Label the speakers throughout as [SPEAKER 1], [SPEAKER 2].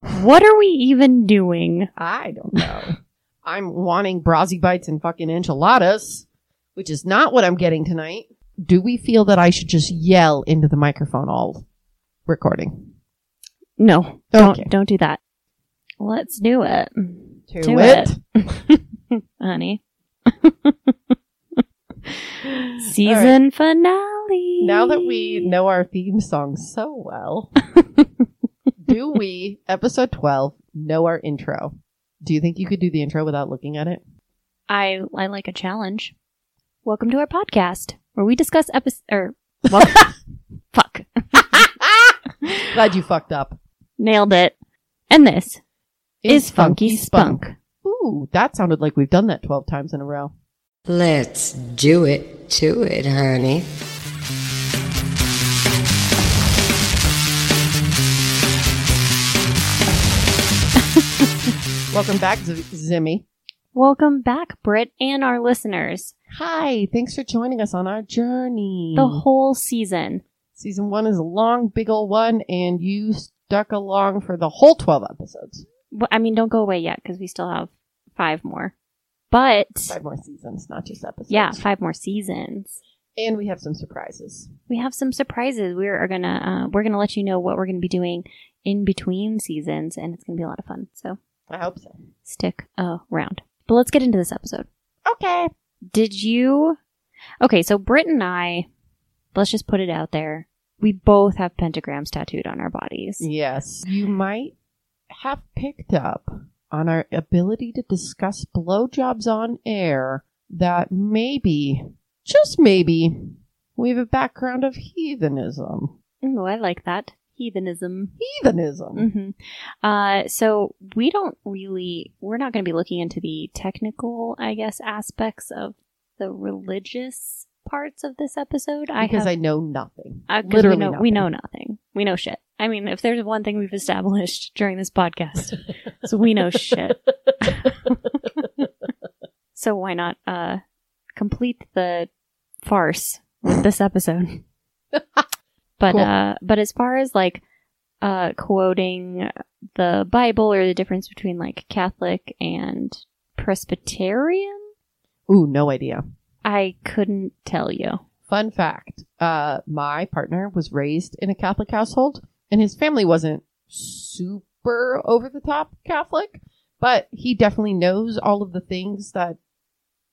[SPEAKER 1] What are we even doing?
[SPEAKER 2] I don't know. I'm wanting browsy bites and fucking enchiladas, which is not what I'm getting tonight. Do we feel that I should just yell into the microphone all recording?
[SPEAKER 1] No,
[SPEAKER 2] Okay.
[SPEAKER 1] don't don't do that. Let's do it,
[SPEAKER 2] To
[SPEAKER 1] Do
[SPEAKER 2] it.
[SPEAKER 1] honey. Season E. finale.
[SPEAKER 2] Now that we know our theme song so well, do we, episode 12, know our intro? Do you think you could do the intro without looking at it?
[SPEAKER 1] I I like a challenge. Welcome to our podcast where we discuss episodes. Or well, fuck,
[SPEAKER 2] Glad you fucked up.
[SPEAKER 1] nailed it. And this is, Funky Spunk.
[SPEAKER 2] Ooh, that sounded like we've done that 12 times in a row.
[SPEAKER 3] Let's do it to it, honey.
[SPEAKER 2] Welcome back, Z- Zimmy.
[SPEAKER 1] Welcome back, Britt, and our listeners.
[SPEAKER 2] Hi, thanks for joining us on our journey.
[SPEAKER 1] The whole season.
[SPEAKER 2] Season one is a long, big old one, and you stuck along for the whole 12 episodes.
[SPEAKER 1] But, I mean, don't go away yet because we still have five more. But
[SPEAKER 2] Five more seasons, not just episodes.
[SPEAKER 1] yeah, five more seasons.
[SPEAKER 2] And we have some surprises.
[SPEAKER 1] we have some surprises. We are gonna uh, we're gonna let you know what we're gonna be doing in between seasons, and it's gonna be a lot of fun. So
[SPEAKER 2] I hope so.
[SPEAKER 1] stick around. But let's get into this episode.
[SPEAKER 2] Okay.
[SPEAKER 1] Did you? Okay, so Britt and I, let's just put it out there. We both have pentagrams tattooed on our bodies.
[SPEAKER 2] Yes. You might have picked up on our ability to discuss blowjobs on air that maybe, just maybe, we have a background of heathenism.
[SPEAKER 1] Oh, I like that heathenism.
[SPEAKER 2] Heathenism.
[SPEAKER 1] hmm Uh, so we don't really, we're not going to be looking into the technical, I guess, aspects of the religious parts of this episode. I
[SPEAKER 2] because
[SPEAKER 1] have,
[SPEAKER 2] I know nothing.
[SPEAKER 1] Uh, 'cause
[SPEAKER 2] Literally
[SPEAKER 1] we know, we
[SPEAKER 2] nothing.
[SPEAKER 1] know nothing. We know shit. I mean, if there's one thing we've established during this podcast, so we know shit. so why not uh, complete the farce with this episode? but
[SPEAKER 2] Cool.
[SPEAKER 1] uh, but as far as like uh, quoting the Bible or the difference between like Catholic and Presbyterian,
[SPEAKER 2] Ooh, no idea.
[SPEAKER 1] I couldn't tell you.
[SPEAKER 2] Fun fact uh, my partner was raised in a Catholic household, and his family wasn't super over the top Catholic, but he definitely knows all of the things that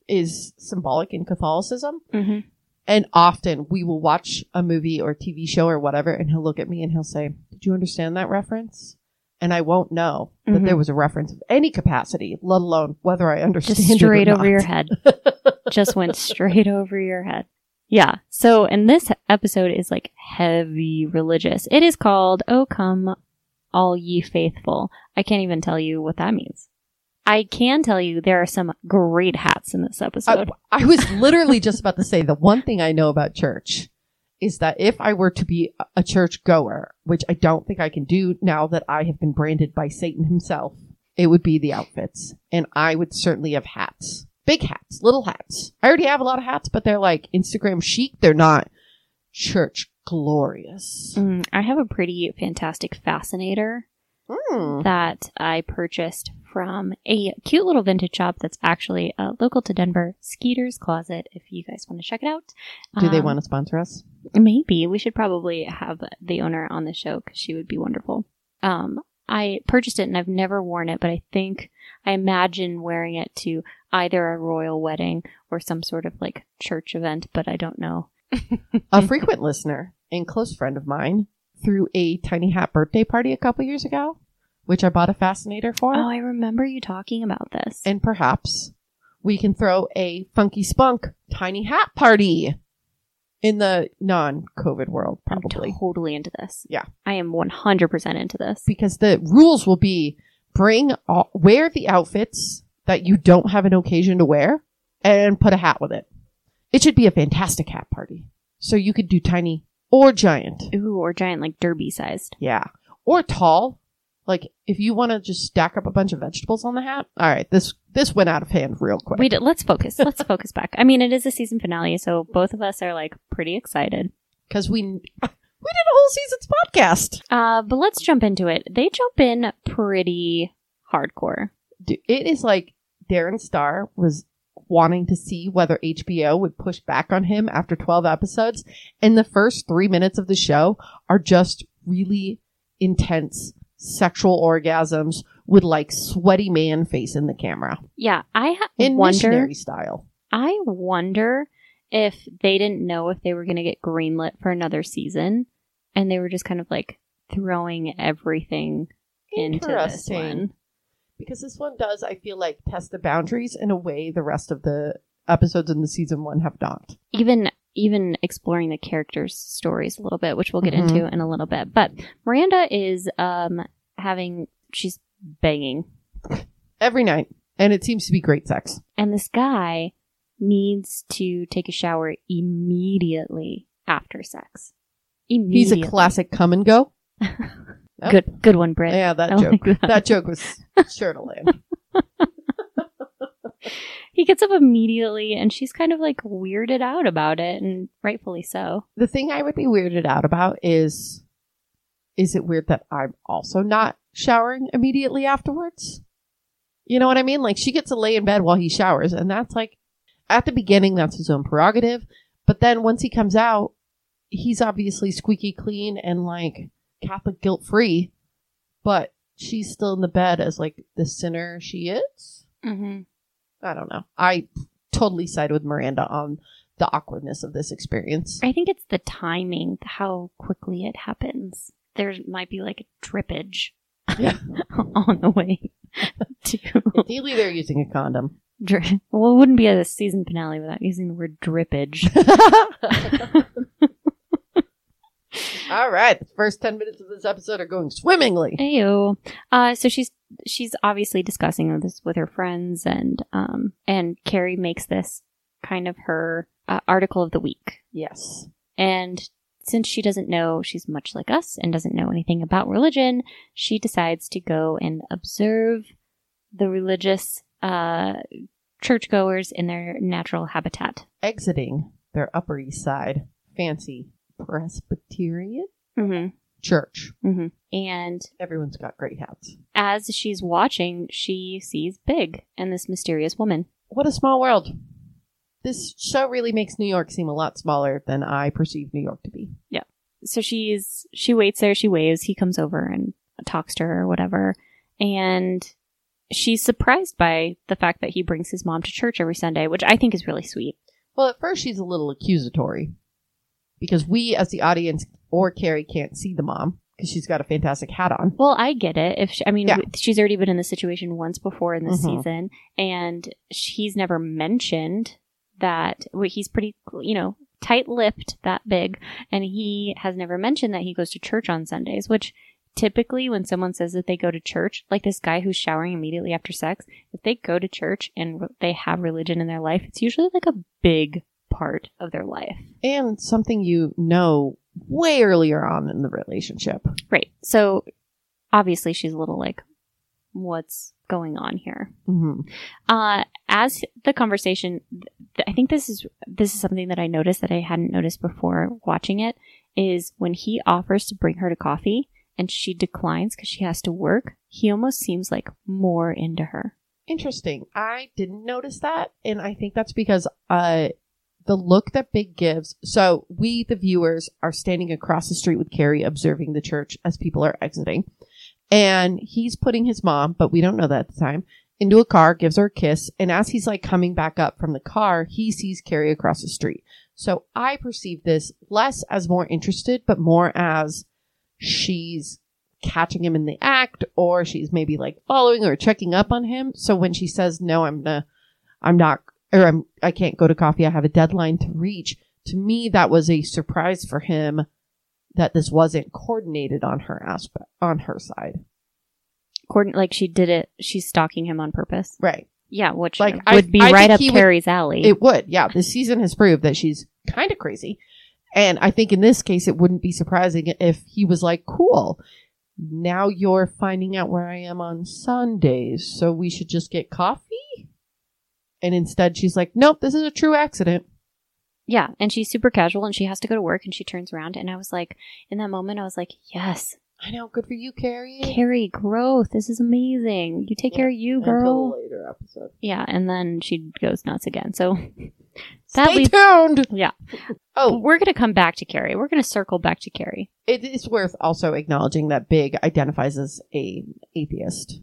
[SPEAKER 2] is symbolic in Catholicism.
[SPEAKER 1] Mm-hmm.
[SPEAKER 2] And often we will watch a movie or TV show or whatever, and he'll look at me and he'll say, Did you understand that reference? And I won't know that
[SPEAKER 1] Mhm.
[SPEAKER 2] there was a reference of any capacity, let alone whether I understand
[SPEAKER 1] just
[SPEAKER 2] it or
[SPEAKER 1] straight over
[SPEAKER 2] not.
[SPEAKER 1] your head. just went straight over your head. Yeah. So, and this episode is like heavy religious. It is called "O Come, All Ye Faithful." I can't even tell you what that means. I can tell you there are some great hats in this
[SPEAKER 2] I,
[SPEAKER 1] episode.
[SPEAKER 2] I was literally just about to say the one thing I know about church is that if I were to be a- a church goer, which I don't think I can do now that I have been branded by Satan himself, it would be the outfits. And I would certainly have hats. Big hats, little hats. I already have a lot of hats, but they're like Instagram chic. They're not church glorious.
[SPEAKER 1] Mm, I have a pretty fantastic fascinator Hmm.
[SPEAKER 2] Mm.
[SPEAKER 1] that I purchased from a cute little vintage shop that's actually uh, local to Denver, Skeeter's Closet. If you guys want to check it out,
[SPEAKER 2] Do they
[SPEAKER 1] Um,
[SPEAKER 2] want to sponsor us?
[SPEAKER 1] Maybe we should probably have the owner on the show because she would be wonderful. Um, I purchased it and I've never worn it, but I think I imagine wearing it to either a royal wedding or some sort of like church event, but I don't know.
[SPEAKER 2] a frequent listener and close friend of mine threw a tiny hat birthday party a couple years ago, which I bought a fascinator for.
[SPEAKER 1] Oh, I remember you talking about this.
[SPEAKER 2] and perhaps we can throw a funky spunk tiny hat party in the non COVID world,
[SPEAKER 1] I'm
[SPEAKER 2] probably.
[SPEAKER 1] totally into this.
[SPEAKER 2] Yeah.
[SPEAKER 1] I am 100% into this.
[SPEAKER 2] because the rules will be bring all, wear the outfits that you don't have an occasion to wear and put a hat with it. It should be a fantastic hat party. So you could do tiny or giant.
[SPEAKER 1] Ooh, or giant, like derby sized.
[SPEAKER 2] Yeah. Or tall. Like if you want to just stack up a bunch of vegetables on the hat. All right, this this went out of hand real quick.
[SPEAKER 1] We did, let's focus. Let's focus back. I mean, it is a season finale, so both of us are like pretty excited.
[SPEAKER 2] Cuz we We did a whole season's podcast.
[SPEAKER 1] Uh, but let's jump into it. They jump in pretty hardcore.
[SPEAKER 2] Dude, it is like Darren Star was wanting to see whether HBO would push back on him after 12 episodes. And the first three minutes of the show are just really intense sexual orgasms with like sweaty man facing the camera
[SPEAKER 1] Yeah, I ha-
[SPEAKER 2] in
[SPEAKER 1] wonder.
[SPEAKER 2] missionary style.
[SPEAKER 1] I wonder if they didn't know if they were going to get greenlit for another season, and they were just kind of like throwing everything into this one.
[SPEAKER 2] Because this one does, I feel like, test the boundaries in a way the rest of the episodes in the season one have not.
[SPEAKER 1] Even even exploring the characters' stories a little bit, which we'll get
[SPEAKER 2] Mhm.
[SPEAKER 1] into in a little bit. But Miranda is um having she's banging
[SPEAKER 2] Every night. And it seems to be great sex.
[SPEAKER 1] And this guy needs to take a shower immediately after sex.
[SPEAKER 2] He's
[SPEAKER 1] Immediately.
[SPEAKER 2] a classic come and go. Oh.
[SPEAKER 1] Good, good one, Britt.
[SPEAKER 2] Yeah,
[SPEAKER 1] I
[SPEAKER 2] that joke.
[SPEAKER 1] like that.
[SPEAKER 2] That joke was sure to land.
[SPEAKER 1] He gets up immediately, and she's kind of like weirded out about it, and rightfully so.
[SPEAKER 2] The thing I would be weirded out about is is it weird that I'm also not showering immediately afterwards? You know what I mean? Like she gets to lay in bed while he showers, and that's like at the beginning that's his own prerogative. But then once he comes out, he's obviously squeaky clean and like Catholic guilt free, but she's still in the bed as like the sinner she is.
[SPEAKER 1] Mm-hmm.
[SPEAKER 2] I don't know. I totally side with Miranda on the awkwardness of this experience.
[SPEAKER 1] I think it's the timing, how quickly it happens. There might be like a drippage
[SPEAKER 2] Yeah.
[SPEAKER 1] on the way to.
[SPEAKER 2] Ideally, they're using a condom.
[SPEAKER 1] Dri- well, it wouldn't be a season finale without using the word drippage.
[SPEAKER 2] All right. The first 10 minutes of this episode are going swimmingly.
[SPEAKER 1] Ayo. Uh, so she's she's obviously discussing this with her friends, and um, and Carrie makes this kind of her uh, article of the week.
[SPEAKER 2] Yes.
[SPEAKER 1] And since she doesn't know, she's much like us and doesn't know anything about religion. She decides to go and observe the religious uh, churchgoers in their natural habitat.
[SPEAKER 2] Exiting their Upper East Side fancy Presbyterian
[SPEAKER 1] Mm-hmm.
[SPEAKER 2] church.
[SPEAKER 1] And
[SPEAKER 2] Everyone's got great hats.
[SPEAKER 1] as she's watching, she sees Big and this mysterious woman.
[SPEAKER 2] What a small world. This show really makes New York seem a lot smaller than I perceive New York to be.
[SPEAKER 1] so she's she waits there she waves he comes over and talks to her or whatever and she's surprised by the fact that he brings his mom to church every sunday which i think is really sweet
[SPEAKER 2] Well, at first she's a little accusatory because we, as the audience or Carrie, can't see the mom because she's got a fantastic hat on.
[SPEAKER 1] well i get it if she, i mean
[SPEAKER 2] Yeah.
[SPEAKER 1] she's already been in this situation once before in this
[SPEAKER 2] Mhm.
[SPEAKER 1] season and he's never mentioned that well, he's pretty you know tight-lipped that big and he has never mentioned that he goes to church on sundays which typically when someone says that they go to church, like this guy who's showering immediately after sex, if they go to church and re- they have religion in their life, it's usually like a big part of their life.
[SPEAKER 2] And something you know way earlier on in the relationship.
[SPEAKER 1] Right. So obviously she's a little like, what's going on here?
[SPEAKER 2] hmm
[SPEAKER 1] Uh, as the conversation, th- I think this is, this is something that I noticed that I hadn't noticed before watching it is when he offers to bring her to coffee and she declines because she has to work, he almost seems like more into her.
[SPEAKER 2] Interesting. I didn't notice that. And I think that's because uh, the look that Big gives. So we, the viewers, are standing across the street with Carrie observing the church as people are exiting. And he's putting his mom, but we don't know that at the time, into a car, gives her a kiss. And as he's like coming back up from the car, he sees Carrie across the street. So I perceive this less as more interested, but more as she's catching him in the act or she's maybe like following or checking up on him so when she says no i'm gonna i'm not or i'm i can't go to coffee i have a deadline to reach to me that was a surprise for him that this wasn't coordinated on her aspect on her side
[SPEAKER 1] coordinate like she did it she's stalking him on purpose
[SPEAKER 2] right
[SPEAKER 1] yeah which
[SPEAKER 2] Like,
[SPEAKER 1] would
[SPEAKER 2] I-
[SPEAKER 1] be
[SPEAKER 2] I think
[SPEAKER 1] right up
[SPEAKER 2] he would-
[SPEAKER 1] carrie's alley
[SPEAKER 2] it would yeah this season has proved that she's kind of crazy and i think in this case it wouldn't be surprising if he was like cool now you're finding out where i am on sundays so we should just get coffee and instead she's like nope this is a true accident
[SPEAKER 1] Yeah, and she's super casual and she has to go to work and she turns around and I was like in that moment I was like, "Yes,
[SPEAKER 2] I know. Good for you, Carrie.
[SPEAKER 1] Carrie, growth. This is amazing. You take
[SPEAKER 2] Yeah,
[SPEAKER 1] care of you,
[SPEAKER 2] Until
[SPEAKER 1] girl."
[SPEAKER 2] the later episode.
[SPEAKER 1] Yeah, and then she goes nuts again. So That
[SPEAKER 2] Stay
[SPEAKER 1] leads-
[SPEAKER 2] tuned.
[SPEAKER 1] Yeah.
[SPEAKER 2] Oh,
[SPEAKER 1] we're going to come back to Carrie. We're going to circle back to Carrie.
[SPEAKER 2] it is worth also acknowledging that Big identifies as a atheist,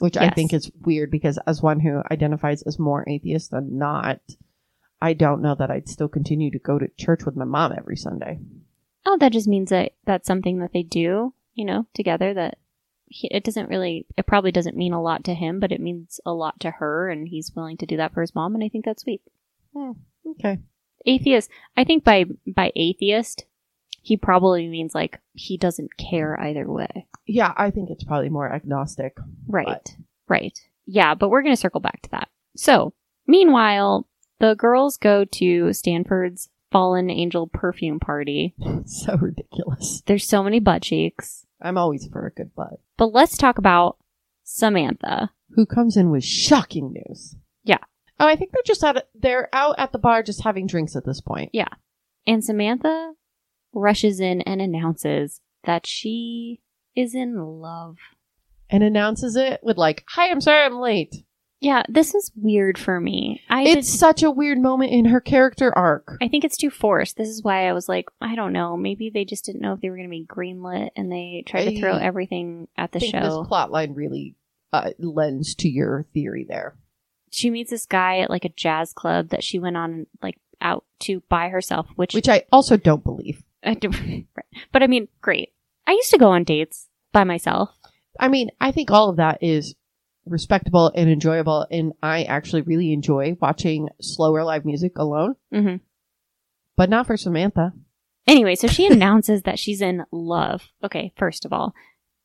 [SPEAKER 2] which I
[SPEAKER 1] Yes.
[SPEAKER 2] think is weird because as one who identifies as more atheist than not, I don't know that I'd still continue to go to church with my mom every Sunday.
[SPEAKER 1] Oh, that just means that that's something that they do, you know, together that he, it doesn't really it probably doesn't mean a lot to him, but it means a lot to her and he's willing to do that for his mom and I think that's sweet.
[SPEAKER 2] Hmm, Okay.
[SPEAKER 1] atheist i think by by atheist he probably means like he doesn't care either way
[SPEAKER 2] Yeah, I think it's probably more agnostic.
[SPEAKER 1] right right yeah but we're going to circle back to that so meanwhile the girls go to stanford's fallen angel perfume party
[SPEAKER 2] so ridiculous.
[SPEAKER 1] there's so many butt cheeks
[SPEAKER 2] I'm always for a good butt.
[SPEAKER 1] but let's talk about samantha
[SPEAKER 2] Who comes in with shocking news?
[SPEAKER 1] Yeah.
[SPEAKER 2] Oh, I think they're just out. They're out at the bar, just having drinks at this point.
[SPEAKER 1] and samantha rushes in and announces that she is in love
[SPEAKER 2] and announces it with like, "Hi, I'm sorry I'm late."
[SPEAKER 1] yeah this is weird for me i did-
[SPEAKER 2] It's such a weird moment in her character arc.
[SPEAKER 1] I think it's too forced. This is why I was like, I don't know. Maybe they just didn't know if they were going to be greenlit, and they tried to throw
[SPEAKER 2] I
[SPEAKER 1] everything at the
[SPEAKER 2] I think
[SPEAKER 1] show.
[SPEAKER 2] this plot line really uh, lends to your theory there.
[SPEAKER 1] she meets this guy at like a jazz club that she went on like out to by herself, which,
[SPEAKER 2] Which I also don't believe.
[SPEAKER 1] I do- but I mean, great. I used to go on dates by myself.
[SPEAKER 2] I mean, I think all of that is respectable and enjoyable and I actually really enjoy watching slower live music alone,
[SPEAKER 1] hmm
[SPEAKER 2] but not for Samantha.
[SPEAKER 1] Anyway, so she announces that she's in love. Okay, first of all,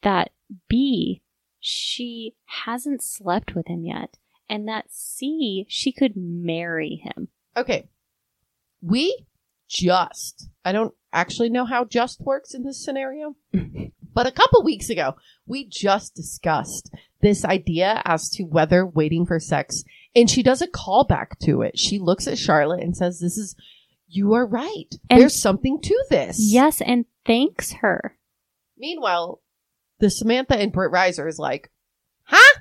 [SPEAKER 1] that B, she hasn't slept with him yet, and that C, she could marry him.
[SPEAKER 2] Okay. We just, I don't actually know how just works in this scenario, but a couple weeks ago, we just discussed this idea as to whether waiting for sex, and she does a callback to it. She looks at Charlotte and says, This is, you are right.
[SPEAKER 1] And-
[SPEAKER 2] There's something to this.
[SPEAKER 1] Yes, and thanks her.
[SPEAKER 2] Meanwhile, the Samantha and Britt Riser is like, Huh?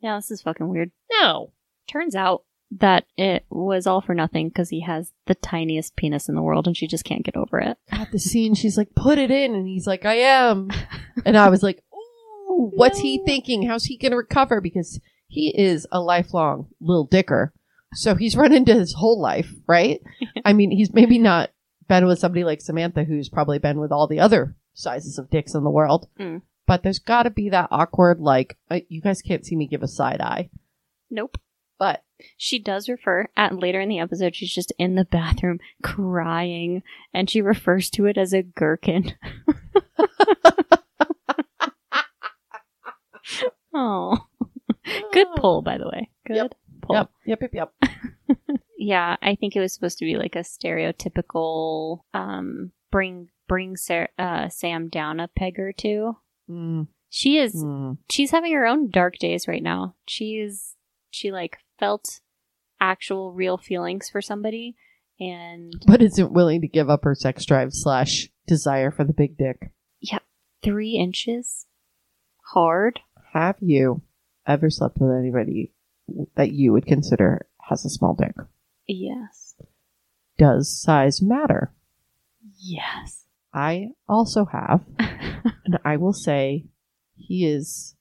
[SPEAKER 1] Yeah, this is fucking weird.
[SPEAKER 2] No.
[SPEAKER 1] Turns out that it was all for nothing because he has the tiniest penis in the world and she just can't get over it.
[SPEAKER 2] At the scene, she's like, Put it in. And he's like, I am. And I was like, Ooh, what's he
[SPEAKER 1] No.
[SPEAKER 2] thinking? How's he going to recover? Because he is a lifelong little dicker. So he's run into his whole life, right? I mean, he's maybe not been with somebody like Samantha, who's probably been with all the other sizes of dicks in the world.
[SPEAKER 1] Mm.
[SPEAKER 2] But there's got to be that awkward, like, uh, you guys can't see me give a side eye.
[SPEAKER 1] Nope.
[SPEAKER 2] But
[SPEAKER 1] She does refer at later in the episode, she's just in the bathroom crying and she refers to it as a gherkin. oh, good pull, by the way. Good
[SPEAKER 2] Yep.
[SPEAKER 1] pull.
[SPEAKER 2] Yep, yep, yep, yep.
[SPEAKER 1] Yeah, I think it was supposed to be like a stereotypical um, bring bring Sar uh, Sam down a peg or two.
[SPEAKER 2] Mm,
[SPEAKER 1] She is
[SPEAKER 2] mm.
[SPEAKER 1] she's having her own dark days right now. She's she like felt actual real feelings for somebody, and
[SPEAKER 2] But isn't willing to give up her sex drive slash desire for the big dick.
[SPEAKER 1] three inches hard.
[SPEAKER 2] Have you ever slept with anybody that you would consider has a small dick?
[SPEAKER 1] Yes,
[SPEAKER 2] Does size matter?
[SPEAKER 1] yes.
[SPEAKER 2] I also have, and I will say he is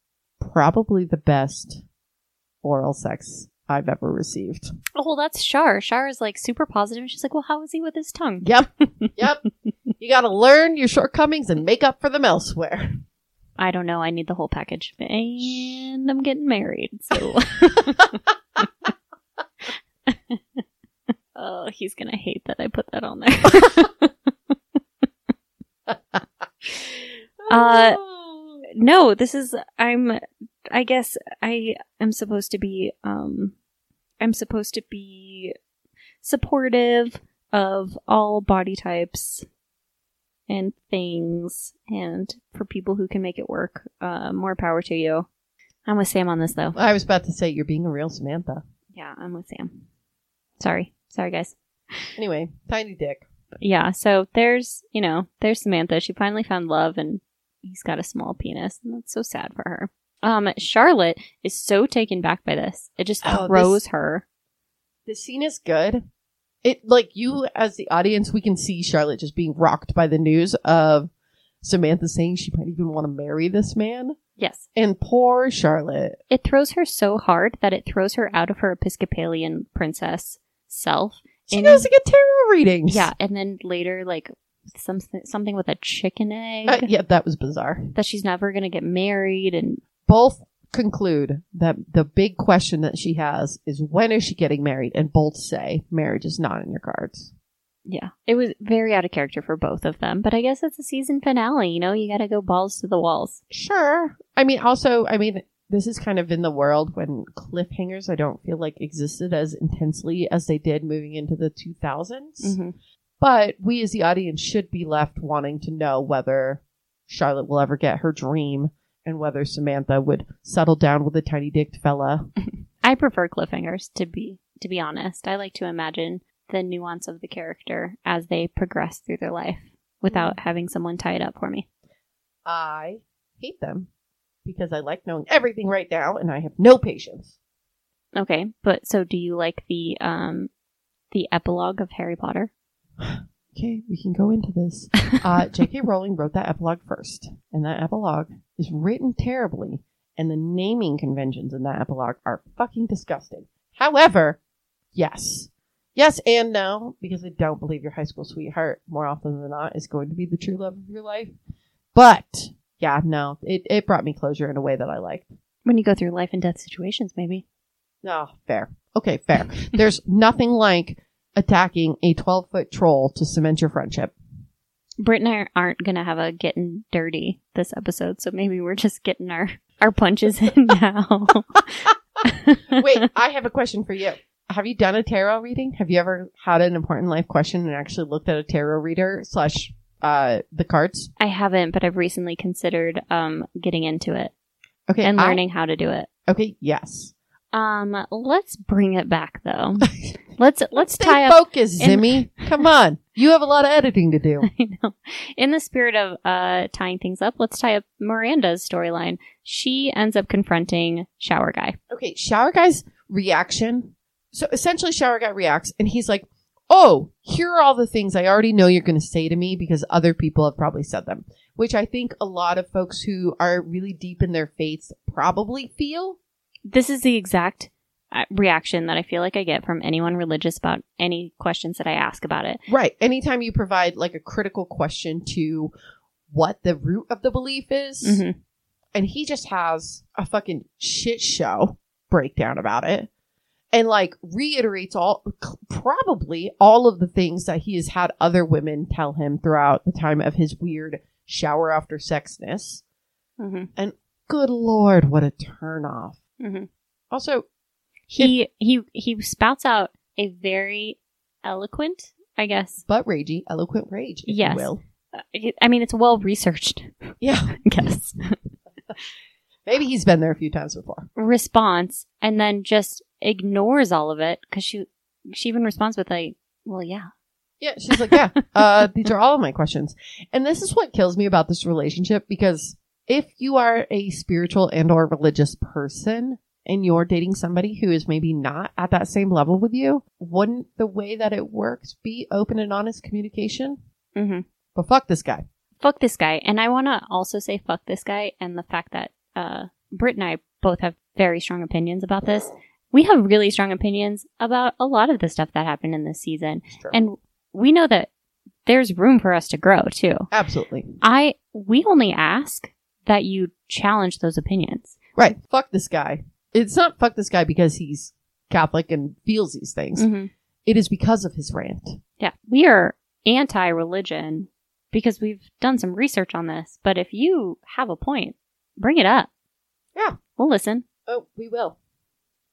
[SPEAKER 2] probably the best oral sex I've ever received.
[SPEAKER 1] Oh, well, that's Shar. Shar is like super positive. She's like, well, how is he with his tongue?
[SPEAKER 2] Yep. Yep. you got to learn your shortcomings and make up for them elsewhere.
[SPEAKER 1] I don't know. I need the whole package. And I'm getting married. So. oh, he's going to hate that I put that on there. Uh, no, this is, I'm, I guess I am supposed to be, um, I'm supposed to be supportive of all body types and things and for people who can make it work uh, more power to you i'm with sam on this though
[SPEAKER 2] I was about to say you're being a real Samantha.
[SPEAKER 1] yeah i'm with sam sorry sorry guys
[SPEAKER 2] Anyway, tiny dick.
[SPEAKER 1] Yeah, so there's, you know, there's Samantha. She finally found love and he's got a small penis, and that's so sad for her. Um, Charlotte is so taken back by this. It just
[SPEAKER 2] Oh,
[SPEAKER 1] throws
[SPEAKER 2] this-
[SPEAKER 1] her.
[SPEAKER 2] The scene is good. It like you as the audience, we can see Charlotte just being rocked by the news of Samantha saying she might even want to marry this man.
[SPEAKER 1] Yes.
[SPEAKER 2] And poor Charlotte.
[SPEAKER 1] It throws her so hard that it throws her out of her Episcopalian princess self.
[SPEAKER 2] She
[SPEAKER 1] And-
[SPEAKER 2] goes to get tarot readings.
[SPEAKER 1] Yeah, and then later, like, something, something with a chicken egg
[SPEAKER 2] Uh, yeah, that was bizarre.
[SPEAKER 1] that she's never going to get married and
[SPEAKER 2] Both conclude that the big question that she has is when is she getting married? And both say marriage is not in your cards.
[SPEAKER 1] Yeah, it was very out of character for both of them, but I guess it's a season finale. You know, you got to go balls to the walls.
[SPEAKER 2] Sure. I mean, also, I mean, this is kind of in the world when cliffhangers I don't feel like existed as intensely as they did moving into the 2000s.
[SPEAKER 1] Mm-hmm.
[SPEAKER 2] But we as the audience should be left wanting to know whether Charlotte will ever get her dream and whether Samantha would settle down with a tiny dicked fella.
[SPEAKER 1] I prefer cliffhangers to be to be honest. I like to imagine the nuance of the character as they progress through their life without having someone tie it up for me.
[SPEAKER 2] I hate them because I like knowing everything right now and I have no patience.
[SPEAKER 1] Okay, but so do you like the um the epilogue of Harry Potter?
[SPEAKER 2] Okay, we can go into this. Uh, J.K. Rowling wrote that epilogue first, and that epilogue is written terribly, and the naming conventions in that epilogue are fucking disgusting. However, yes. Yes and no, because I don't believe your high school sweetheart, more often than not, is going to be the true love of your life. But, yeah, no, it, it brought me closure in a way that I liked.
[SPEAKER 1] when you go through life and death situations, maybe.
[SPEAKER 2] Oh, fair. Okay, fair. There's nothing like attacking a 12 foot troll to cement your friendship.
[SPEAKER 1] Britt and I aren't gonna have a getting dirty this episode, so maybe we're just getting our our punches in now.
[SPEAKER 2] Wait, I have a question for you. Have you done a tarot reading? Have you ever had an important life question and actually looked at a tarot reader slash uh, the cards?
[SPEAKER 1] I haven't, but I've recently considered um, getting into it
[SPEAKER 2] Okay,
[SPEAKER 1] and
[SPEAKER 2] I'll-
[SPEAKER 1] learning how to do it.
[SPEAKER 2] okay, yes.
[SPEAKER 1] Um, let's bring it back though. let's let's
[SPEAKER 2] Stay
[SPEAKER 1] tie up.
[SPEAKER 2] focused,
[SPEAKER 1] in-
[SPEAKER 2] Zimmy. Come on, you have a lot of editing to do.
[SPEAKER 1] I know. In the spirit of uh, tying things up, let's tie up Miranda's storyline. She ends up confronting Shower Guy.
[SPEAKER 2] Okay, shower guy's reaction. So essentially, shower guy reacts and he's like, "Oh, here are all the things I already know you're going to say to me because other people have probably said them." Which I think a lot of folks who are really deep in their faiths probably feel.
[SPEAKER 1] This is the exact uh, reaction that I feel like I get from anyone religious about any questions that I ask about it.
[SPEAKER 2] Right. Anytime you provide like a critical question to what the root of the belief is,
[SPEAKER 1] Mhm.
[SPEAKER 2] and he just has a fucking shit show breakdown about it and like reiterates all probably all of the things that he has had other women tell him throughout the time of his weird shower after sexness. Mm-hmm.
[SPEAKER 1] Mhm.
[SPEAKER 2] Good lord, what a turnoff.
[SPEAKER 1] Mhm.
[SPEAKER 2] Also,
[SPEAKER 1] He he he spouts out a very eloquent, I guess,
[SPEAKER 2] butt ragey, eloquent rage, if
[SPEAKER 1] Yes.
[SPEAKER 2] you will.
[SPEAKER 1] I mean, it's well researched.
[SPEAKER 2] Yeah.
[SPEAKER 1] I guess.
[SPEAKER 2] Maybe he's been there a few times before.
[SPEAKER 1] Response, and then just ignores all of it because she she even responds with like, "Well, yeah,
[SPEAKER 2] Yeah, she's like, yeah, uh, these are all of my questions. And this is what kills me about this relationship because if you are a spiritual and or religious person and you're dating somebody who is maybe not at that same level with you, wouldn't the way that it works be open and honest communication?
[SPEAKER 1] hmm
[SPEAKER 2] But fuck this guy.
[SPEAKER 1] fuck this guy." And I want to also say "fuck this guy" and the fact that uh, Britt and I both have very strong opinions about this. We have really strong opinions about a lot of the stuff that happened in this season, and we know that there's room for us to grow too.
[SPEAKER 2] Absolutely.
[SPEAKER 1] I we only ask that you challenge those opinions.
[SPEAKER 2] Right. Fuck this guy. It's not fuck this guy because he's Catholic and feels these things. It is because of his rant.
[SPEAKER 1] Yeah, we are anti-religion because we've done some research on this. But if you have a point, bring it up.
[SPEAKER 2] Yeah.
[SPEAKER 1] we'll listen.
[SPEAKER 2] Oh, we will.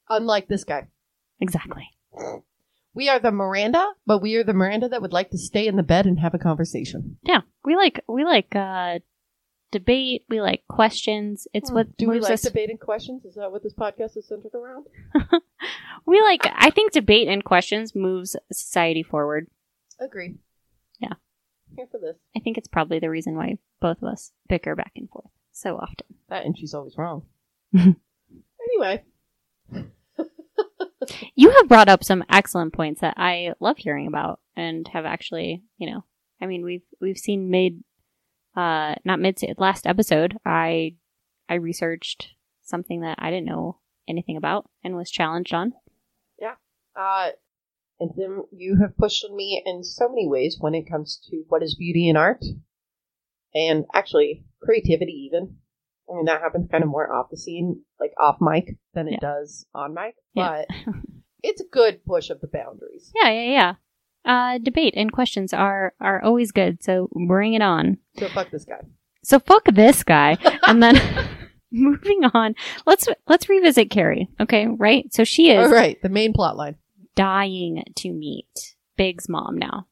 [SPEAKER 2] Unlike this guy.
[SPEAKER 1] Exactly.
[SPEAKER 2] We are the Miranda, but we are the Miranda that would like to stay in the bed and have a conversation.
[SPEAKER 1] Yeah, we like we like uh, debate. We like questions. It's what
[SPEAKER 2] Hmm. do we
[SPEAKER 1] moves
[SPEAKER 2] like
[SPEAKER 1] us.
[SPEAKER 2] debating questions? Is that what this podcast is centered around?
[SPEAKER 1] We like, I think debate and questions moves society forward.
[SPEAKER 2] Agree.
[SPEAKER 1] Yeah.
[SPEAKER 2] Here for this.
[SPEAKER 1] I think it's probably the reason why both of us bicker back and forth so often.
[SPEAKER 2] That and she's always wrong. anyway,
[SPEAKER 1] You have brought up some excellent points that I love hearing about and have actually, you know, I mean, we've, we've seen mid, uh, not mid, last episode, I, I researched something that I didn't know anything about and was challenged on.
[SPEAKER 2] uh, and then you have pushed on me in so many ways when it comes to what is beauty and art, and actually creativity. Even I mean that happens kind of more off the scene, like off mic, than it
[SPEAKER 1] Yeah.
[SPEAKER 2] does on mic.
[SPEAKER 1] Yeah.
[SPEAKER 2] But it's a good push of the boundaries.
[SPEAKER 1] Yeah, yeah, yeah. Uh, debate and questions are are always good, so bring it on.
[SPEAKER 2] So fuck this guy.
[SPEAKER 1] So fuck this guy, and then moving on. Let's let's revisit Carrie. Okay, right? So she is
[SPEAKER 2] All right, the main plot line.
[SPEAKER 1] dying to meet Big's mom now.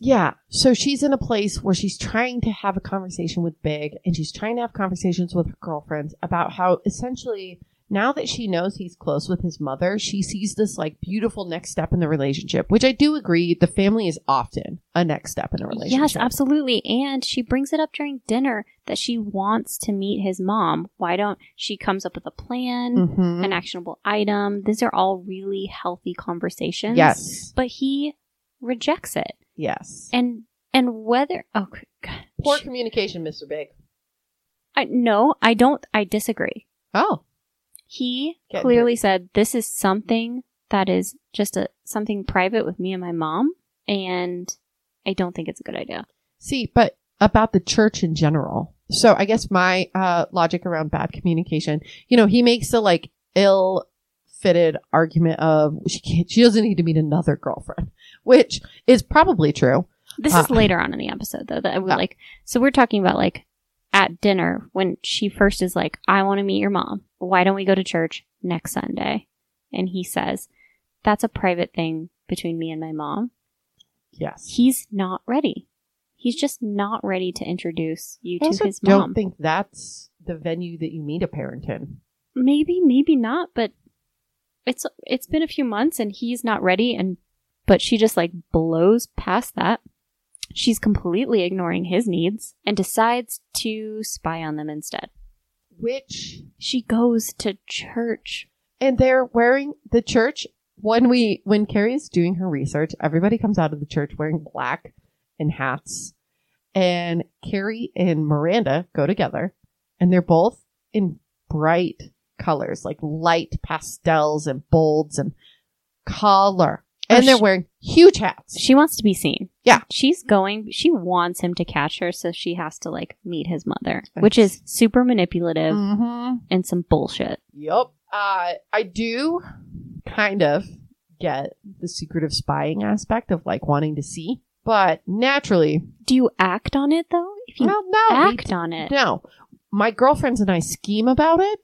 [SPEAKER 2] Yeah. So she's in a place where she's trying to have a conversation with Big and she's trying to have conversations with her girlfriends about how essentially now that she knows he's close with his mother, she sees this like beautiful next step in the relationship, which I do agree the family is often a next step in a relationship.
[SPEAKER 1] Yes, absolutely. And she brings it up during dinner that she wants to meet his mom. Why don't she comes up with a plan,
[SPEAKER 2] Mhm.
[SPEAKER 1] an actionable item? These are all really healthy conversations.
[SPEAKER 2] Yes.
[SPEAKER 1] but he rejects it.
[SPEAKER 2] Yes.
[SPEAKER 1] and and whether oh c- God,
[SPEAKER 2] Poor
[SPEAKER 1] sh-
[SPEAKER 2] communication, Mr. Big.
[SPEAKER 1] I, no i don't i disagree
[SPEAKER 2] Oh.
[SPEAKER 1] he
[SPEAKER 2] Get
[SPEAKER 1] clearly said this is something that is just a something private with me and my mom and i don't think it's a good idea
[SPEAKER 2] See, but about the church in general. So I guess my uh, logic around bad communication, you know, he makes the like ill fitted argument of she can't, she doesn't need to meet another girlfriend, which is probably true.
[SPEAKER 1] this is
[SPEAKER 2] Uh.
[SPEAKER 1] later on in the episode though that i would
[SPEAKER 2] Uh.
[SPEAKER 1] like so we're talking about like at dinner when she first is like i want to meet your mom why don't we go to church next sunday and he says that's a private thing between me and my mom
[SPEAKER 2] Yes.
[SPEAKER 1] he's not ready. He's just not ready to introduce you to
[SPEAKER 2] I also
[SPEAKER 1] his
[SPEAKER 2] don't
[SPEAKER 1] mom.
[SPEAKER 2] think that's the venue that you meet a parent in.
[SPEAKER 1] maybe, maybe not, but it's it's been a few months and he's not ready and but she just like blows past that. She's completely ignoring his needs and decides to spy on them instead.
[SPEAKER 2] Which,
[SPEAKER 1] She goes to church.
[SPEAKER 2] and they're wearing the church when we, when Carrie is doing her research, everybody comes out of the church wearing black and hats. and Carrie and Miranda go together, and they're both in bright colors, like light pastels and bolds and color.
[SPEAKER 1] Oh,
[SPEAKER 2] And they're
[SPEAKER 1] sh-
[SPEAKER 2] wearing huge hats.
[SPEAKER 1] She wants to be seen.
[SPEAKER 2] Yeah.
[SPEAKER 1] She's going she wants him to catch her so she has to like meet his mother,
[SPEAKER 2] Yes.
[SPEAKER 1] which is super manipulative
[SPEAKER 2] Mm-hmm.
[SPEAKER 1] and some bullshit.
[SPEAKER 2] Yup. Uh, I do kind of get the secretive spying aspect of like wanting to see, but naturally,
[SPEAKER 1] Do you act on it though? If you
[SPEAKER 2] well, no, we
[SPEAKER 1] act on it,
[SPEAKER 2] No. My girlfriends and I scheme about it,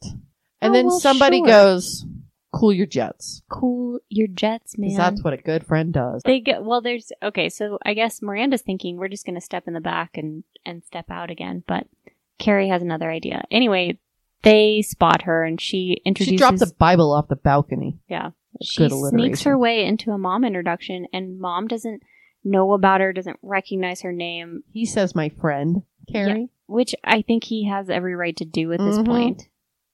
[SPEAKER 2] and
[SPEAKER 1] Oh,
[SPEAKER 2] then
[SPEAKER 1] well,
[SPEAKER 2] somebody
[SPEAKER 1] sure.
[SPEAKER 2] goes, cool your jets.
[SPEAKER 1] cool your jets, man.
[SPEAKER 2] Because that's what a good friend does.
[SPEAKER 1] they get well. There's okay. So I guess Miranda's thinking we're just gonna step in the back and and step out again. But Carrie has another idea. Anyway, they spot her and she introduces.
[SPEAKER 2] She dropped the Bible off the balcony.
[SPEAKER 1] Yeah. she
[SPEAKER 2] Good
[SPEAKER 1] sneaks her
[SPEAKER 2] alliteration.
[SPEAKER 1] way into a mom introduction, and mom doesn't know about her, doesn't recognize her name,
[SPEAKER 2] He says, "My friend Carrie."
[SPEAKER 1] which I think he has every right to do at this
[SPEAKER 2] Mhm.
[SPEAKER 1] point.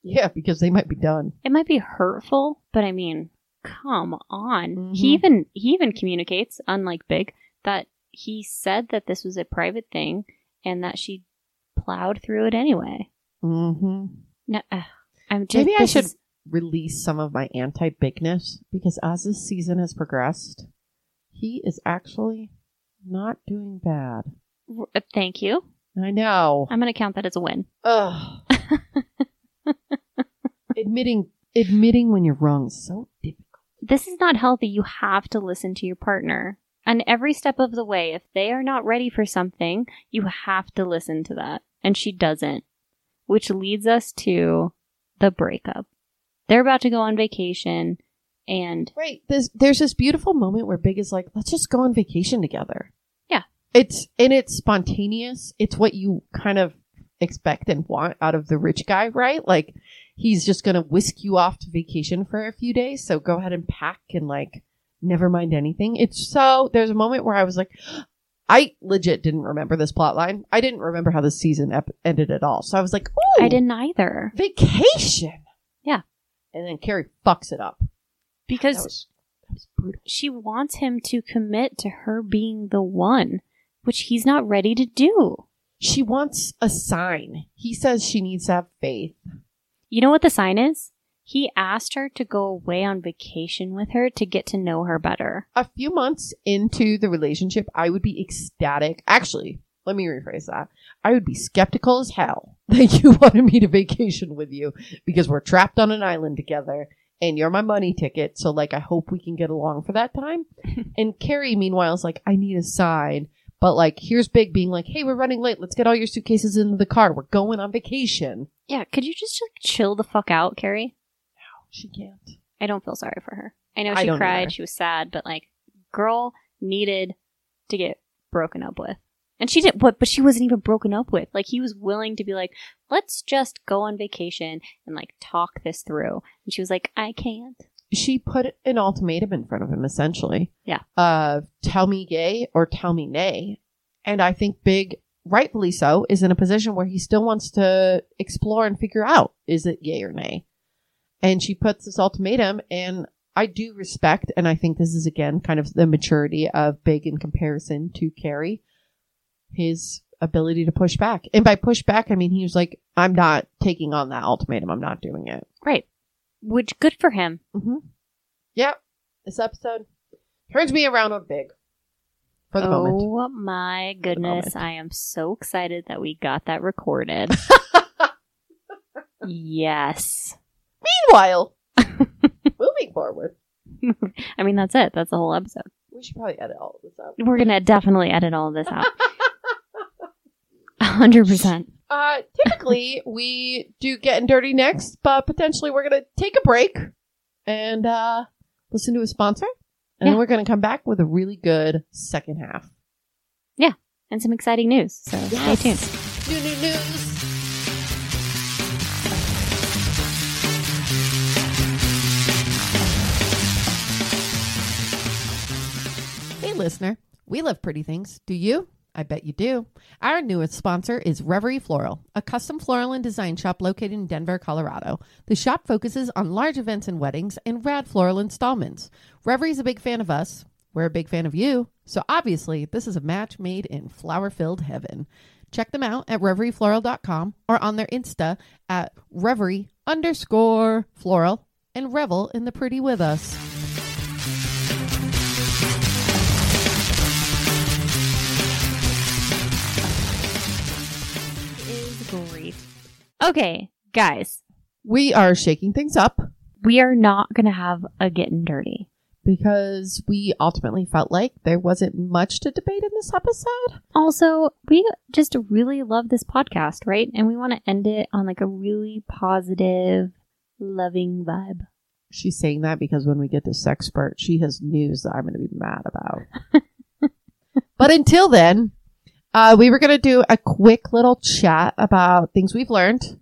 [SPEAKER 2] Yeah, because they might be done.
[SPEAKER 1] it might be hurtful, but I mean, come on. He
[SPEAKER 2] Mhm.
[SPEAKER 1] even he even communicates, unlike Big, that he said that this was a private thing and that she plowed through it anyway.
[SPEAKER 2] hmm
[SPEAKER 1] No, ugh, I'm just
[SPEAKER 2] Maybe I
[SPEAKER 1] this
[SPEAKER 2] should
[SPEAKER 1] is-
[SPEAKER 2] release some of my anti-bigness because as this season has progressed, he is actually not doing bad.
[SPEAKER 1] uh, thank you.
[SPEAKER 2] I know.
[SPEAKER 1] I'm going to count that as a win.
[SPEAKER 2] Ugh. admitting admitting when you're wrong is so difficult.
[SPEAKER 1] This is not healthy. You have to listen to your partner. And every step of the way, if they are not ready for something, you have to listen to that. And she doesn't, which leads us to the breakup. They're about to go on vacation and
[SPEAKER 2] Right. There's there's this beautiful moment where Big is like, let's just go on vacation together.
[SPEAKER 1] Yeah.
[SPEAKER 2] It's and it's spontaneous. It's what you kind of expect and want out of the rich guy, right? Like he's just going to whisk you off to vacation for a few days. So go ahead and pack and like never mind anything. It's so there's a moment where I was like, I legit didn't remember this plot line. I didn't remember how the season ep- ended at all. So I was like, oh,
[SPEAKER 1] I didn't either.
[SPEAKER 2] vacation.
[SPEAKER 1] Yeah.
[SPEAKER 2] And then Carrie fucks it up. That
[SPEAKER 1] Because
[SPEAKER 2] was, that was brutal.
[SPEAKER 1] she wants him to commit to her being the one, which he's not ready to do.
[SPEAKER 2] She wants a sign. He says she needs to have faith.
[SPEAKER 1] You know what the sign is? He asked her to go away on vacation with her to get to know her better.
[SPEAKER 2] a few months into the relationship, I would be ecstatic. Actually, let me rephrase that. I would be skeptical as hell that you wanted me to vacation with you because we're trapped on an island together and you're my money ticket. So, like, I hope we can get along for that time. and Carrie, meanwhile, is like, I need a sign. But, like, here's Big being like, hey, we're running late. Let's get all your suitcases into the car. We're going on vacation.
[SPEAKER 1] Yeah, could you just like chill the fuck out, Carrie?
[SPEAKER 2] She can't.
[SPEAKER 1] I don't feel sorry for her. I know
[SPEAKER 2] I
[SPEAKER 1] she
[SPEAKER 2] don't
[SPEAKER 1] cried,
[SPEAKER 2] either.
[SPEAKER 1] she was sad, but like, girl needed to get broken up with. And she didn't, but, but she wasn't even broken up with. Like, he was willing to be like, let's just go on vacation and like talk this through. And she was like, I can't.
[SPEAKER 2] she put an ultimatum in front of him essentially.
[SPEAKER 1] Yeah.
[SPEAKER 2] Uh, tell me yay or tell me nay. And I think Big, rightfully so, is in a position where he still wants to explore and figure out is it yay or nay. And she puts this ultimatum, and I do respect, and I think this is again kind of the maturity of Big in comparison to Carrie, his ability to push back. And by push back, I mean he was like, I'm not taking on that ultimatum, I'm not doing it.
[SPEAKER 1] Right. Which, good for him.
[SPEAKER 2] Mm-hmm. Yep. This episode turns me around on big for the
[SPEAKER 1] oh
[SPEAKER 2] moment.
[SPEAKER 1] my goodness.
[SPEAKER 2] moment.
[SPEAKER 1] I am so excited that we got that recorded. yes.
[SPEAKER 2] Meanwhile, moving forward,
[SPEAKER 1] I mean, that's it. That's the whole episode.
[SPEAKER 2] we should probably edit all of this out.
[SPEAKER 1] We're gonna definitely edit all of this out. hundred percent.
[SPEAKER 2] Uh, typically, we do getting dirty next, but potentially we're going to take a break and uh, listen to a sponsor. And then
[SPEAKER 1] Yeah.
[SPEAKER 2] we're going to come back with a really good second half.
[SPEAKER 1] And some exciting news. So stay
[SPEAKER 2] Yes.
[SPEAKER 1] tuned.
[SPEAKER 2] New, new news. Hey, listener. We love pretty things. Do you? I bet you do. Our newest sponsor is Reverie Floral, a custom floral and design shop located in Denver, Colorado. The shop focuses on large events and weddings and rad floral installments. Reverie's a big fan of us. We're a big fan of you. So obviously, this is a match made in flower filled heaven. Check them out at reveriefloral.com or on their Insta at reverie underscore floral and revel in the pretty with us.
[SPEAKER 1] Is great. Okay, guys,
[SPEAKER 2] We are shaking things up
[SPEAKER 1] we are not gonna have a getting dirty.
[SPEAKER 2] because we ultimately felt like there wasn't much to debate in this episode.
[SPEAKER 1] Also, we just really love this podcast, right? And we want to end it on like a really positive, loving vibe.
[SPEAKER 2] She's saying that because when we get to Sexpert, she has news that I'm going to be mad about. but until then, uh, we were going to do a quick little chat about things we've learned.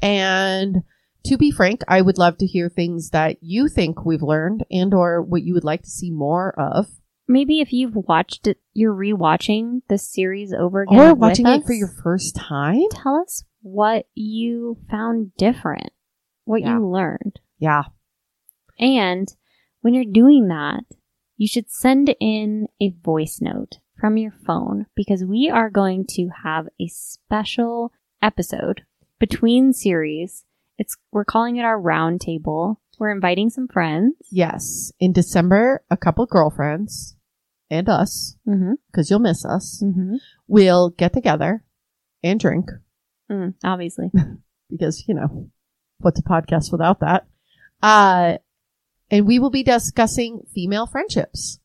[SPEAKER 2] And to be frank, I would love to hear things that you think we've learned and or what you would like to see more of.
[SPEAKER 1] Maybe if you've watched it, you're rewatching the series over again.
[SPEAKER 2] Or
[SPEAKER 1] with
[SPEAKER 2] watching it
[SPEAKER 1] us.
[SPEAKER 2] for your first time.
[SPEAKER 1] tell us what you found different, what
[SPEAKER 2] Yeah.
[SPEAKER 1] you learned.
[SPEAKER 2] Yeah.
[SPEAKER 1] And when you're doing that, you should send in a voice note from your phone because we are going to have a special episode between series. It's we're calling it our roundtable. We're inviting some friends.
[SPEAKER 2] Yes. In December, a couple girlfriends and us,
[SPEAKER 1] Mm-hmm.
[SPEAKER 2] because you'll miss us,
[SPEAKER 1] Mm-hmm.
[SPEAKER 2] will get together and drink
[SPEAKER 1] Mm, obviously,
[SPEAKER 2] because, you know, what's a podcast without that? Uh, and we will be discussing female friendships.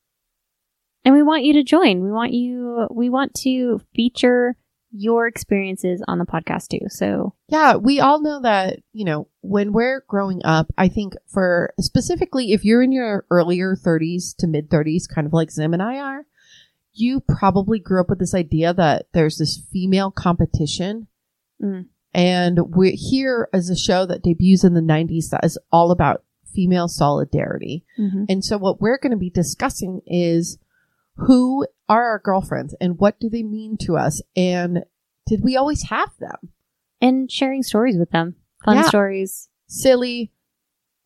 [SPEAKER 1] and we want you to join. We want you. We want to feature your experiences on the podcast too. So
[SPEAKER 2] Yeah, we all know that, you know, when we're growing up, I think for specifically if you're in your earlier 30s to mid 30s, kind of like Zim and I are, you probably grew up with this idea that there's this female competition
[SPEAKER 1] Mm.
[SPEAKER 2] And we're here is a show that debuts in the 90s that is all about female solidarity.
[SPEAKER 1] Mm-hmm.
[SPEAKER 2] And so what we're going to be discussing is who are our girlfriends and what do they mean to us? And did we always have them?
[SPEAKER 1] And sharing stories with them. Fun
[SPEAKER 2] Yeah.
[SPEAKER 1] stories,
[SPEAKER 2] Silly,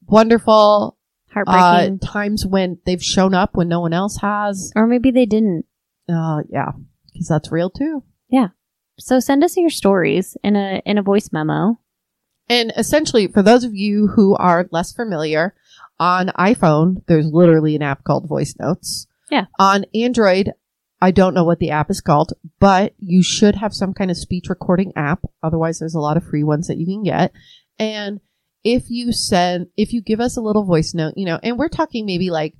[SPEAKER 2] wonderful, uh,
[SPEAKER 1] heartbreaking.
[SPEAKER 2] times when they've shown up when no one else has.
[SPEAKER 1] or maybe they didn't.
[SPEAKER 2] Uh, yeah, because that's real too.
[SPEAKER 1] So send us your stories in a in a voice memo.
[SPEAKER 2] And essentially, for those of you who are less familiar, on iPhone, there's literally an app called Voice Notes.
[SPEAKER 1] Yeah.
[SPEAKER 2] On Android, I don't know what the app is called, but you should have some kind of speech recording app. Otherwise, there's a lot of free ones that you can get. And if you send, if you give us a little voice note, you know, and we're talking maybe like,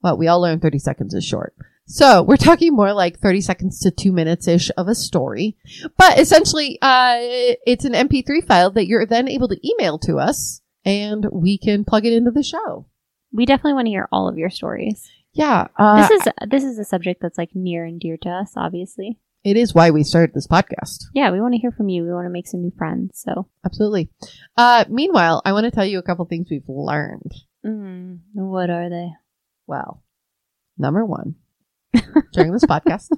[SPEAKER 2] what we all learn 30 seconds is short. So we're talking more like 30 seconds to two minutes ish of a story. But essentially, uh, it's an MP3 file that you're then able to email to us and we can plug it into the show.
[SPEAKER 1] We definitely want to hear all of your stories.
[SPEAKER 2] Yeah. Uh,
[SPEAKER 1] this is this is a subject that's like near and dear to us, obviously.
[SPEAKER 2] it is why we started this podcast.
[SPEAKER 1] Yeah, we want to hear from you. We want to make some new friends. So,
[SPEAKER 2] Absolutely. Uh, meanwhile, I want to tell you a couple things we've learned.
[SPEAKER 1] mm, what are they?
[SPEAKER 2] Well, number one, during this podcast,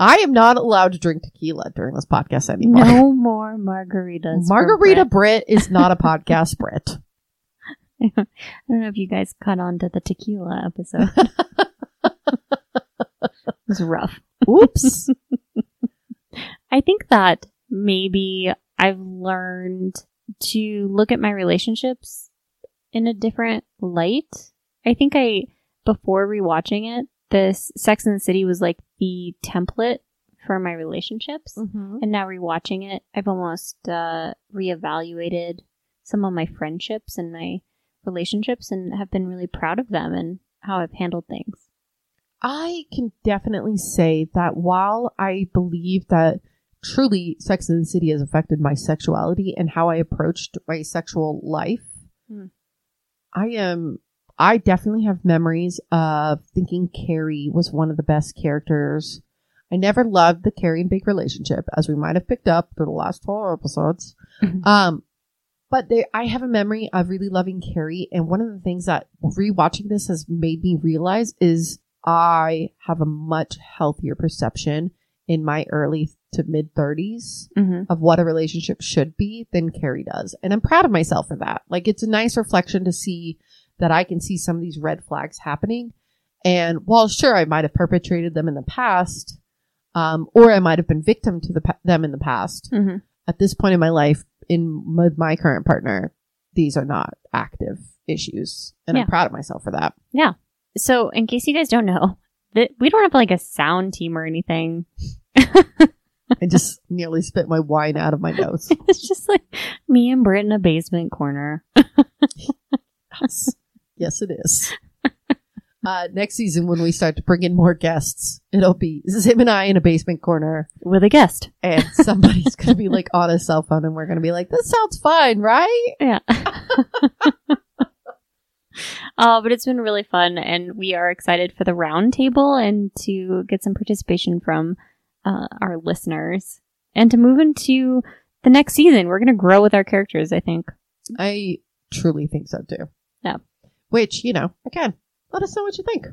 [SPEAKER 2] I am not allowed to drink tequila during this podcast anymore.
[SPEAKER 1] No more margaritas. for
[SPEAKER 2] Margarita
[SPEAKER 1] Brit.
[SPEAKER 2] Brit is not a podcast Brit.
[SPEAKER 1] I don't know if you guys caught on to the tequila episode. it was rough.
[SPEAKER 2] Oops.
[SPEAKER 1] I think that maybe I've learned to look at my relationships in a different light. I think I, before rewatching it, this Sex and the City was like the template for my relationships. And now rewatching it, I've almost uh, reevaluated some of my friendships and my relationships and have been really proud of them and how I've handled things.
[SPEAKER 2] I can definitely say that while I believe that truly Sex and the City has affected my sexuality and how I approached my sexual life,
[SPEAKER 1] Hmm.
[SPEAKER 2] I am. I definitely have memories of thinking Carrie was one of the best characters. I never loved the Carrie and Big relationship, as we might have picked up through the last four episodes. Um, but they, I have a memory of really loving Carrie, and one of the things that rewatching this has made me realize is I have a much healthier perception in my early to mid thirties
[SPEAKER 1] Mm-hmm.
[SPEAKER 2] of what a relationship should be than Carrie does, and I'm proud of myself for that. Like it's a nice reflection to see that I can see some of these red flags happening, and while sure I might have perpetrated them in the past, um, or I might have been victim to the, pa- them in the past
[SPEAKER 1] Mm-hmm.
[SPEAKER 2] at this point in my life in with my current partner these are not active issues and
[SPEAKER 1] Yeah.
[SPEAKER 2] i'm proud of myself for that
[SPEAKER 1] So, in case you guys don't know, that we don't have like a sound team or anything.
[SPEAKER 2] i just nearly spit my wine out of my nose
[SPEAKER 1] It's just like me and Britt in a basement corner.
[SPEAKER 2] yes. yes it is uh, next season when we start to bring in more guests it'll be this is him and i in a basement corner
[SPEAKER 1] with a guest.
[SPEAKER 2] and somebody's gonna be like on a cell phone and we're gonna be like this sounds fun right
[SPEAKER 1] Yeah. uh, but it's been really fun, and we are excited for the roundtable and to get some participation from uh, our listeners and to move into the next season. We're going to grow with our characters, I think.
[SPEAKER 2] i truly think so too
[SPEAKER 1] Yeah.
[SPEAKER 2] which you know again let us know what you think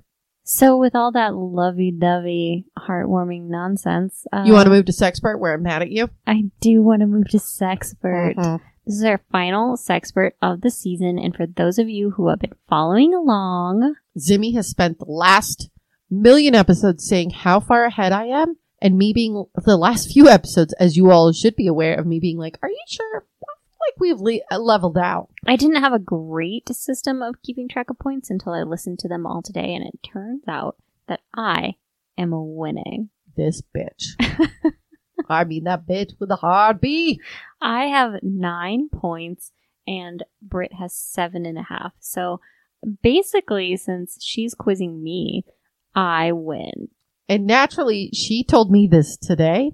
[SPEAKER 1] So, with all that lovey dovey, heartwarming nonsense, uh,
[SPEAKER 2] you want to move to sexpert where i'm mad at you
[SPEAKER 1] I do want to move to Sexpert.
[SPEAKER 2] Mhm.
[SPEAKER 1] This is our final Sexpert of the season, and for those of you who have been following along,
[SPEAKER 2] Zimmy has spent the last million episodes saying how far ahead I am, and me being the last few episodes, as you all should be aware of me being like, "Are you sure?" I feel Like we've le- uh, leveled out.
[SPEAKER 1] I didn't have a great system of keeping track of points until I listened to them all today, and it turns out that I am winning.
[SPEAKER 2] This bitch. I mean that bitch with a hard B.
[SPEAKER 1] I have nine points, and Britt has seven and a half. So basically, since she's quizzing me, I win.
[SPEAKER 2] And naturally, she told me this today.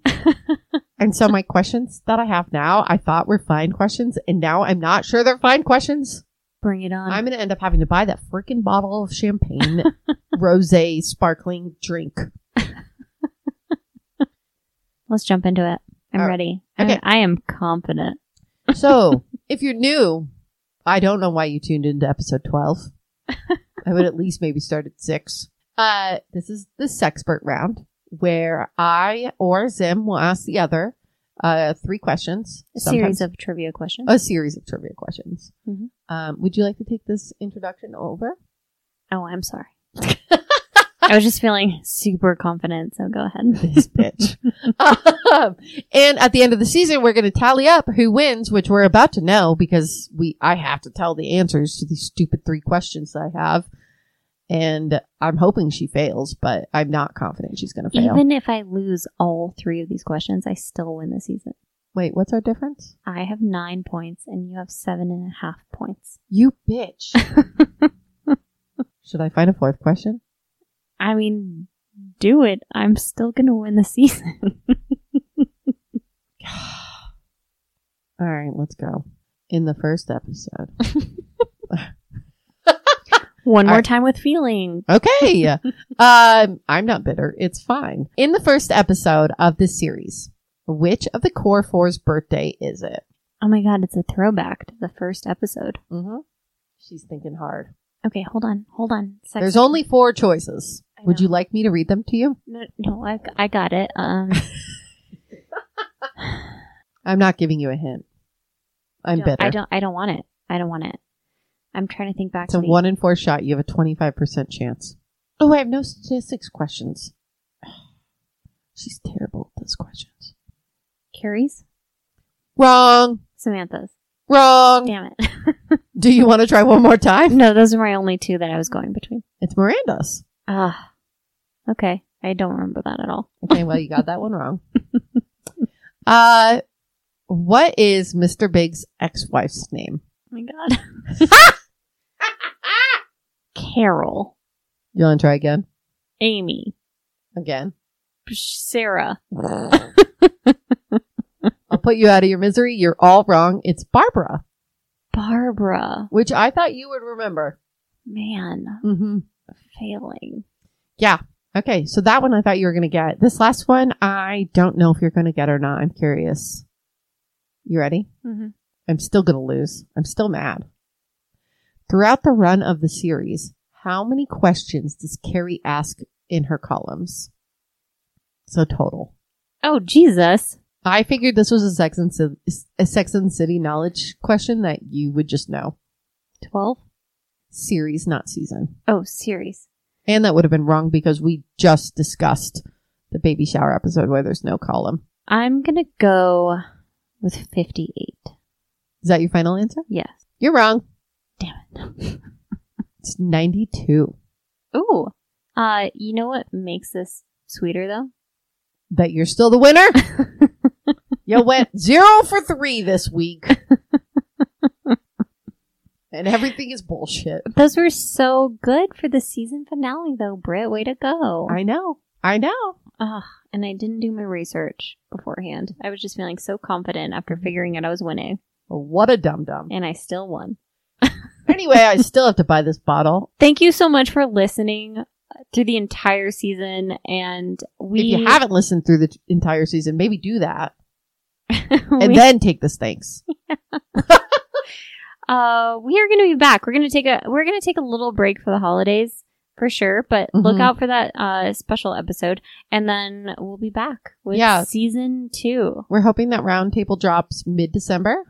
[SPEAKER 2] and so my questions that I have now, I thought were fine questions, and now I'm not sure they're fine questions.
[SPEAKER 1] Bring it on.
[SPEAKER 2] I'm going to end up having to buy that freaking bottle of champagne, rosé, sparkling drink.
[SPEAKER 1] Let's jump into it. I'm
[SPEAKER 2] All right.
[SPEAKER 1] ready.
[SPEAKER 2] Uh, Okay.
[SPEAKER 1] I am confident.
[SPEAKER 2] So, if you're new, I don't know why you tuned into episode 12. I would at least maybe start at 6. Uh, this is the sexpert round where I or Zim will ask the other uh, three questions.
[SPEAKER 1] A
[SPEAKER 2] sometimes- Oh,
[SPEAKER 1] series of trivia questions.
[SPEAKER 2] a series of trivia questions.
[SPEAKER 1] Mhm.
[SPEAKER 2] Um, would you like to take this introduction over?
[SPEAKER 1] Oh, I'm sorry. I was just feeling super confident, so go ahead.
[SPEAKER 2] This bitch. um, and at the end of the season, we're going to tally up who wins, which we're about to know because we I have to tell the answers to these stupid three questions that I have. And I'm hoping she fails, but I'm not confident she's going to fail.
[SPEAKER 1] Even if I lose all three of these questions, I still win the season.
[SPEAKER 2] Wait, what's our difference?
[SPEAKER 1] I have nine points and you have seven and a half points.
[SPEAKER 2] You bitch. Should I find a fourth question?
[SPEAKER 1] I mean, do it. I'm still going to win the season.
[SPEAKER 2] All right, let's go. In the first episode.
[SPEAKER 1] One more
[SPEAKER 2] I-
[SPEAKER 1] time with feeling.
[SPEAKER 2] Okay. um, I'm not bitter. It's fine. In the first episode of this series, which of the core four's birthday is it?
[SPEAKER 1] Oh my god, it's a throwback to the first episode.
[SPEAKER 2] Mm-hmm. She's thinking hard.
[SPEAKER 1] Okay, hold on, hold on. Sex-
[SPEAKER 2] There's only four choices.
[SPEAKER 1] I
[SPEAKER 2] Would
[SPEAKER 1] know.
[SPEAKER 2] you like me to read them to you?
[SPEAKER 1] no, no I, I got it. Um,
[SPEAKER 2] I'm not giving you a hint. I'm
[SPEAKER 1] don't-
[SPEAKER 2] bitter.
[SPEAKER 1] I don't. I don't want it. I don't want it. I'm trying to think back
[SPEAKER 2] it's
[SPEAKER 1] to
[SPEAKER 2] a
[SPEAKER 1] the-
[SPEAKER 2] one in four shot. You have a 25% chance. Oh, I have no statistics questions. She's terrible at those questions.
[SPEAKER 1] Carrie's,
[SPEAKER 2] Wrong.
[SPEAKER 1] Samantha's.
[SPEAKER 2] Wrong.
[SPEAKER 1] Damn it.
[SPEAKER 2] Do you want to try one more time?
[SPEAKER 1] no, those are my only two that I was going between.
[SPEAKER 2] It's Miranda's.
[SPEAKER 1] Ah, okay. I don't remember that at all.
[SPEAKER 2] Okay, well, you got that one wrong. Uh, what is Mr. Big's ex-wife's
[SPEAKER 1] Oh
[SPEAKER 2] name?
[SPEAKER 1] my god. Carol,
[SPEAKER 2] You want to try again?
[SPEAKER 1] Amy,
[SPEAKER 2] Again.
[SPEAKER 1] Sarah.
[SPEAKER 2] I'll put you out of your misery. You're all wrong. It's Barbara,
[SPEAKER 1] Barbara.
[SPEAKER 2] which I thought you would remember.
[SPEAKER 1] Man,
[SPEAKER 2] Mm-hmm.
[SPEAKER 1] failing.
[SPEAKER 2] Okay, so that one I thought you were going to get. This last one, I don't know if you're going to get or not. I'm curious. You ready?
[SPEAKER 1] Mm-hmm.
[SPEAKER 2] I'm still going to lose. I'm still mad. Throughout the run of the series, how many questions does Carrie ask in her columns? So total.
[SPEAKER 1] Oh Jesus.
[SPEAKER 2] I figured this was a Sex and, Ci- a Sex and the City knowledge question that you would just know.
[SPEAKER 1] Twelve.
[SPEAKER 2] Series, not season.
[SPEAKER 1] Oh, series.
[SPEAKER 2] And that would have been wrong because we just discussed the baby shower episode where there's no column.
[SPEAKER 1] I'm gonna go with fifty-eight.
[SPEAKER 2] Is that your final answer?
[SPEAKER 1] Yes.
[SPEAKER 2] You're wrong.
[SPEAKER 1] Damn it.
[SPEAKER 2] It's 92
[SPEAKER 1] Ooh. Uh, you know what makes this sweeter though?
[SPEAKER 2] that you're still the winner. You went zero for three this week. and everything is bullshit.
[SPEAKER 1] Those were so good for the season finale though, Britt. Way to go.
[SPEAKER 2] I know. I know.
[SPEAKER 1] Ugh, and I didn't do my research beforehand. I was just feeling so confident after
[SPEAKER 2] Mm-hmm.
[SPEAKER 1] figuring out I was winning,
[SPEAKER 2] What a dum dum.
[SPEAKER 1] and I still won.
[SPEAKER 2] Anyway, I still have to buy this bottle.
[SPEAKER 1] Thank you so much for listening uh, through the entire season, and we
[SPEAKER 2] if you haven't listened through the t- entire season, maybe do that.
[SPEAKER 1] we-
[SPEAKER 2] And then take this thanks.
[SPEAKER 1] uh we are going to be back. We're going to take a we're going to take a little break for the holidays for sure, but look
[SPEAKER 2] Mhm.
[SPEAKER 1] out for that uh special episode and then we'll be back with
[SPEAKER 2] Yeah.
[SPEAKER 1] season 2.
[SPEAKER 2] We're hoping that roundtable drops mid December.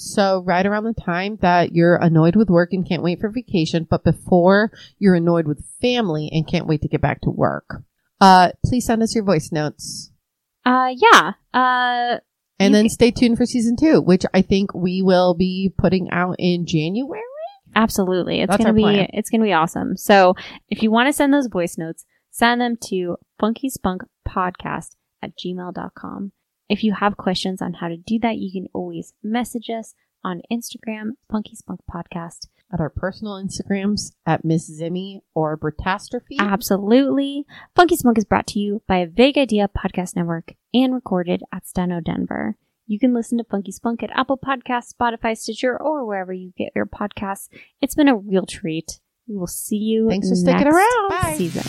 [SPEAKER 2] So, right around the time that you're annoyed with work and can't wait for vacation, but before you're annoyed with family and can't wait to get back to work, uh, please send us your voice notes.
[SPEAKER 1] Uh yeah. Uh
[SPEAKER 2] And
[SPEAKER 1] You
[SPEAKER 2] then
[SPEAKER 1] ca-
[SPEAKER 2] stay tuned for season two, which I think we will be putting out in January.
[SPEAKER 1] absolutely. It's
[SPEAKER 2] That's
[SPEAKER 1] going to
[SPEAKER 2] our
[SPEAKER 1] be
[SPEAKER 2] plan.
[SPEAKER 1] it's going to be awesome. So, if you want to send those voice notes, send them to funkyspunkpodcast at gmail.com. If you have questions on how to do that, you can always message us on Instagram, Funky Spunk Podcast.
[SPEAKER 2] At our personal Instagrams at Miss Zimmy or Bratastrophe.
[SPEAKER 1] Absolutely. Funky Smoke is brought to you by Vague Idea Podcast Network and recorded at Steno Denver. You can listen to Funky Spunk at Apple Podcasts, Spotify, Stitcher, or wherever you get your podcasts. It's been a real treat. We will see you
[SPEAKER 2] Thanks for sticking
[SPEAKER 1] next
[SPEAKER 2] around. Bye.
[SPEAKER 1] season.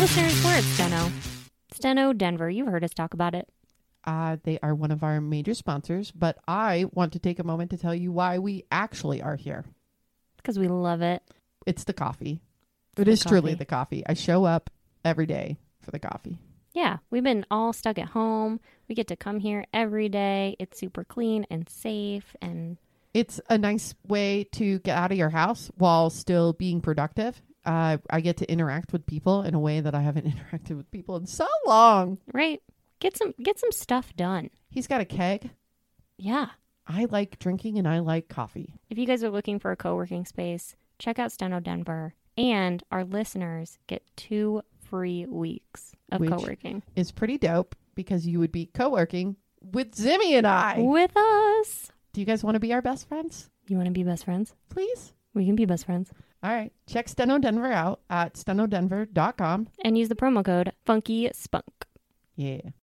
[SPEAKER 1] listeners, we're at Steno. Steno Denver. You've heard us talk about it.
[SPEAKER 2] Uh, they are one of our major sponsors, but I want to take a moment to tell you why we actually are here.
[SPEAKER 1] Because we love it.
[SPEAKER 2] It's the coffee. It is truly
[SPEAKER 1] coffee.
[SPEAKER 2] the coffee. I show up every day for the coffee.
[SPEAKER 1] Yeah, we've been all stuck at home. We get to come here every day. It's super clean and safe and
[SPEAKER 2] It's a nice way to get out of your house while still being productive. Uh, I get to interact with people in a way that I haven't interacted with people in so long.
[SPEAKER 1] right. Get some get some stuff done.
[SPEAKER 2] He's got a keg.
[SPEAKER 1] Yeah.
[SPEAKER 2] I like drinking and I like coffee.
[SPEAKER 1] If you guys are looking for a co-working space, check out Steno Denver and our listeners get 2 free weeks of
[SPEAKER 2] Which-
[SPEAKER 1] co-working
[SPEAKER 2] It's pretty dope because you would be co working with Zimmy and I.
[SPEAKER 1] with us.
[SPEAKER 2] Do you guys want to be our best friends?
[SPEAKER 1] You want to be best friends?
[SPEAKER 2] Please?
[SPEAKER 1] We can be best friends.
[SPEAKER 2] All right. Check Steno Denver out at stenodenver.com.
[SPEAKER 1] And use the promo code funky spunk.
[SPEAKER 2] Yeah.